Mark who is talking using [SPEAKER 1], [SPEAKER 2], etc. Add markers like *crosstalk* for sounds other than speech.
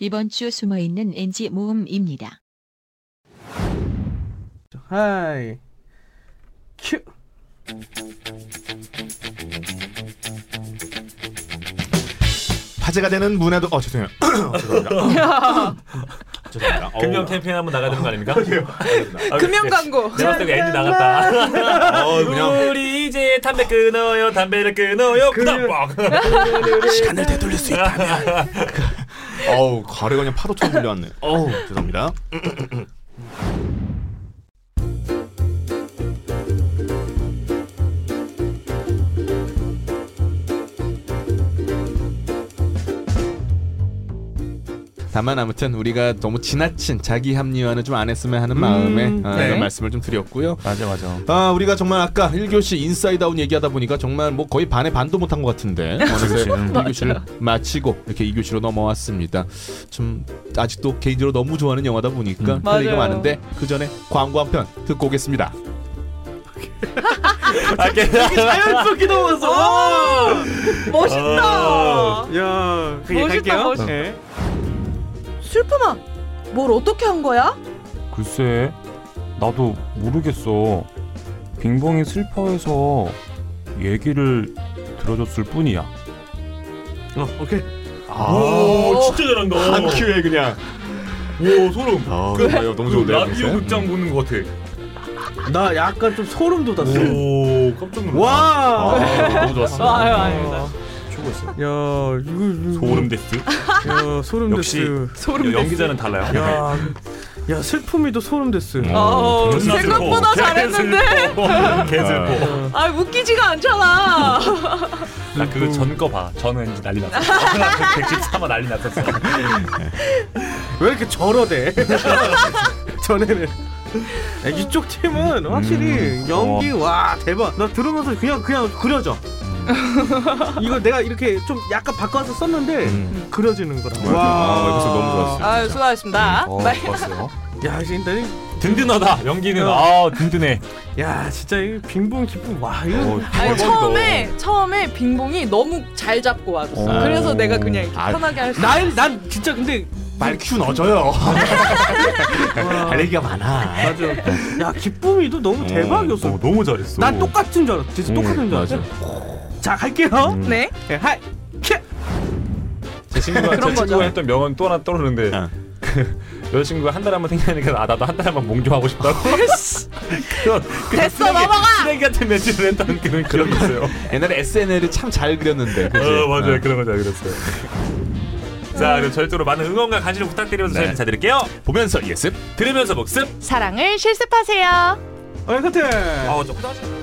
[SPEAKER 1] 이번 주 숨어있는 NG 모음입니다.
[SPEAKER 2] 하이 큐
[SPEAKER 3] 화제가 되는 문화도 어 *coughs* 죄송해요. 죄송합니다. 죄송합니다. 어우,
[SPEAKER 4] 금연 캠페인 한번 나가야 되는
[SPEAKER 5] *laughs*
[SPEAKER 4] 거 아닙니까?
[SPEAKER 3] 죄송합니다.
[SPEAKER 4] 아,
[SPEAKER 6] 금연
[SPEAKER 4] 네.
[SPEAKER 6] 광고.
[SPEAKER 4] 내가 봤을 때 엔지 나갔다.
[SPEAKER 3] 어 그냥
[SPEAKER 4] 우리 이제 담배 끊어요, 담배를 끊어요. 그다음
[SPEAKER 3] 시간을 되돌릴 수 있다면. *laughs* 어우 거래가 그냥 파도처럼 들려왔네. 어우 죄송합니다.
[SPEAKER 7] 다만 아무튼 우리가 너무 지나친 자기 합리화는 좀 안 했으면 하는 마음에
[SPEAKER 3] 어,
[SPEAKER 7] 아,
[SPEAKER 2] 네.
[SPEAKER 7] 이런 말씀을 좀 드렸고요.
[SPEAKER 4] 맞아 맞아.
[SPEAKER 7] 아 우리가 정말 아까 1교시 인사이드 아웃 얘기하다 보니까 정말 뭐 거의 반의 반도 못한 것 같은데 어느새 1교시를 마치고 이렇게 2교시로 넘어왔습니다. 좀 아직도 개인적으로 너무 좋아하는 영화다 보니까
[SPEAKER 4] 음.
[SPEAKER 7] 할 얘기가
[SPEAKER 6] 맞아요.
[SPEAKER 7] 많은데 그 전에 광고 한 편 듣고 오겠습니다.
[SPEAKER 4] 아, 게-
[SPEAKER 2] 자연스럽게 넘어왔어
[SPEAKER 6] 멋있다.
[SPEAKER 2] 야 그게
[SPEAKER 6] 아. 멋있다,
[SPEAKER 2] 갈게요
[SPEAKER 6] 멋있다.
[SPEAKER 2] 네.
[SPEAKER 6] 슬픔아, 뭘 어떻게 한 거야?
[SPEAKER 5] 글쎄, 나도 모르겠어. 빙봉이 슬퍼해서 얘기를 들어줬을 뿐이야.
[SPEAKER 2] 어 오케이
[SPEAKER 3] 아
[SPEAKER 4] 진짜 잘한다.
[SPEAKER 3] 한 큐에 그냥.
[SPEAKER 5] 그
[SPEAKER 4] 오 소름.
[SPEAKER 3] 아 정말요 너무
[SPEAKER 7] 그
[SPEAKER 3] 좋은데요.
[SPEAKER 4] 라디오 극장 보는 것 같아.
[SPEAKER 2] 나 약간 좀 소름 돋았어
[SPEAKER 4] 오 깜짝 놀랐다.
[SPEAKER 2] 와
[SPEAKER 3] 아,
[SPEAKER 2] 야
[SPEAKER 4] 너무 좋았어.
[SPEAKER 6] 아유, 아닙니다.
[SPEAKER 3] 죽었어.
[SPEAKER 2] 이거 이거-
[SPEAKER 4] 소름 됐스.
[SPEAKER 2] 야 소름
[SPEAKER 4] 역시.
[SPEAKER 2] 됐어
[SPEAKER 6] 아, 소름
[SPEAKER 4] 연기자는 달라요.
[SPEAKER 2] 야, 야 슬픔이도 소름 됐어
[SPEAKER 5] 음,
[SPEAKER 6] 어,
[SPEAKER 4] 존나 슬퍼.
[SPEAKER 6] 생각보다
[SPEAKER 4] 개
[SPEAKER 6] 잘했는데.
[SPEAKER 4] 슬퍼. 개 슬퍼.
[SPEAKER 6] 아, 웃기지가 *laughs* 않잖아.
[SPEAKER 4] 나
[SPEAKER 5] 음.
[SPEAKER 4] 그 전 거 봐. 전은 이제 난리 났어. *laughs* 114만 난리 났었어.
[SPEAKER 2] 왜 이렇게 절어대 *laughs* 전에는 야, 이쪽 팀은 확실히
[SPEAKER 5] 음.
[SPEAKER 2] 연기 와 대박 나 들으면서 그냥 그냥 그려져 이걸 내가 이렇게 좀 약간 바꿔서 썼는데
[SPEAKER 3] 음.
[SPEAKER 2] 그려지는 거라
[SPEAKER 3] 와 아, 에피소드 너무 좋았어.
[SPEAKER 6] 아유, 수고하셨습니다. 네. 말-
[SPEAKER 5] 좋았어요.
[SPEAKER 2] 야 진짜 이-
[SPEAKER 4] 든든하다. 연기는
[SPEAKER 2] 어.
[SPEAKER 4] 아 든든해.
[SPEAKER 2] 야 진짜 이 빙봉 기쁨 와 이거
[SPEAKER 5] 어,
[SPEAKER 7] 뭐,
[SPEAKER 6] 아니, 처음에, 처음에 빙봉이 너무 잘 잡고 와줬어.
[SPEAKER 5] 어.
[SPEAKER 6] 그래서 내가 그냥 이렇게
[SPEAKER 3] 아,
[SPEAKER 6] 편하게 할 수.
[SPEAKER 2] 난, 난 진짜 근데
[SPEAKER 3] 말큐
[SPEAKER 7] *laughs*
[SPEAKER 3] 넣어줘요.
[SPEAKER 2] 와,
[SPEAKER 3] 할 얘기가 많아.
[SPEAKER 2] 맞아 야 기쁨이도 너무 대박이었어
[SPEAKER 4] 어, 너무 잘했어.
[SPEAKER 2] 난 똑같은 줄 알았어 진짜
[SPEAKER 5] 음,
[SPEAKER 2] 똑같은 줄 알았어 자 갈게요
[SPEAKER 6] 네.
[SPEAKER 2] 네, 하이 캬.
[SPEAKER 4] 제 그러니까 친구가
[SPEAKER 6] 그런
[SPEAKER 4] 제
[SPEAKER 6] 거죠.
[SPEAKER 4] 친구가 했던 명언 또 하나 떠오르는데
[SPEAKER 3] 어.
[SPEAKER 4] 그 여자친구가 한 달에 한번 생기니까 아 나도 한 달에 한 번 몽조하고 싶다고 *laughs* 그런, 그런
[SPEAKER 6] 어, 됐어,
[SPEAKER 4] 쓰레기-
[SPEAKER 6] 넘어가!
[SPEAKER 4] 쓰레기 같은 매질을 했다는 그런 기억이 있어요
[SPEAKER 7] 옛날에 SNL을 참 잘 그렸는데. 그치?
[SPEAKER 4] 어 맞아요
[SPEAKER 6] 네.
[SPEAKER 7] 어.
[SPEAKER 4] 그런 거잘 그랬어요 자 그리고 절대로 많은 응원과 관심을 부탁드리면서
[SPEAKER 6] 네.
[SPEAKER 4] 저희 인사드릴게요
[SPEAKER 3] 보면서 예습.
[SPEAKER 4] 들으면서 복습
[SPEAKER 6] 사랑을 실습하세요.
[SPEAKER 2] 어이 커튼
[SPEAKER 4] 아우 조금 더 하자.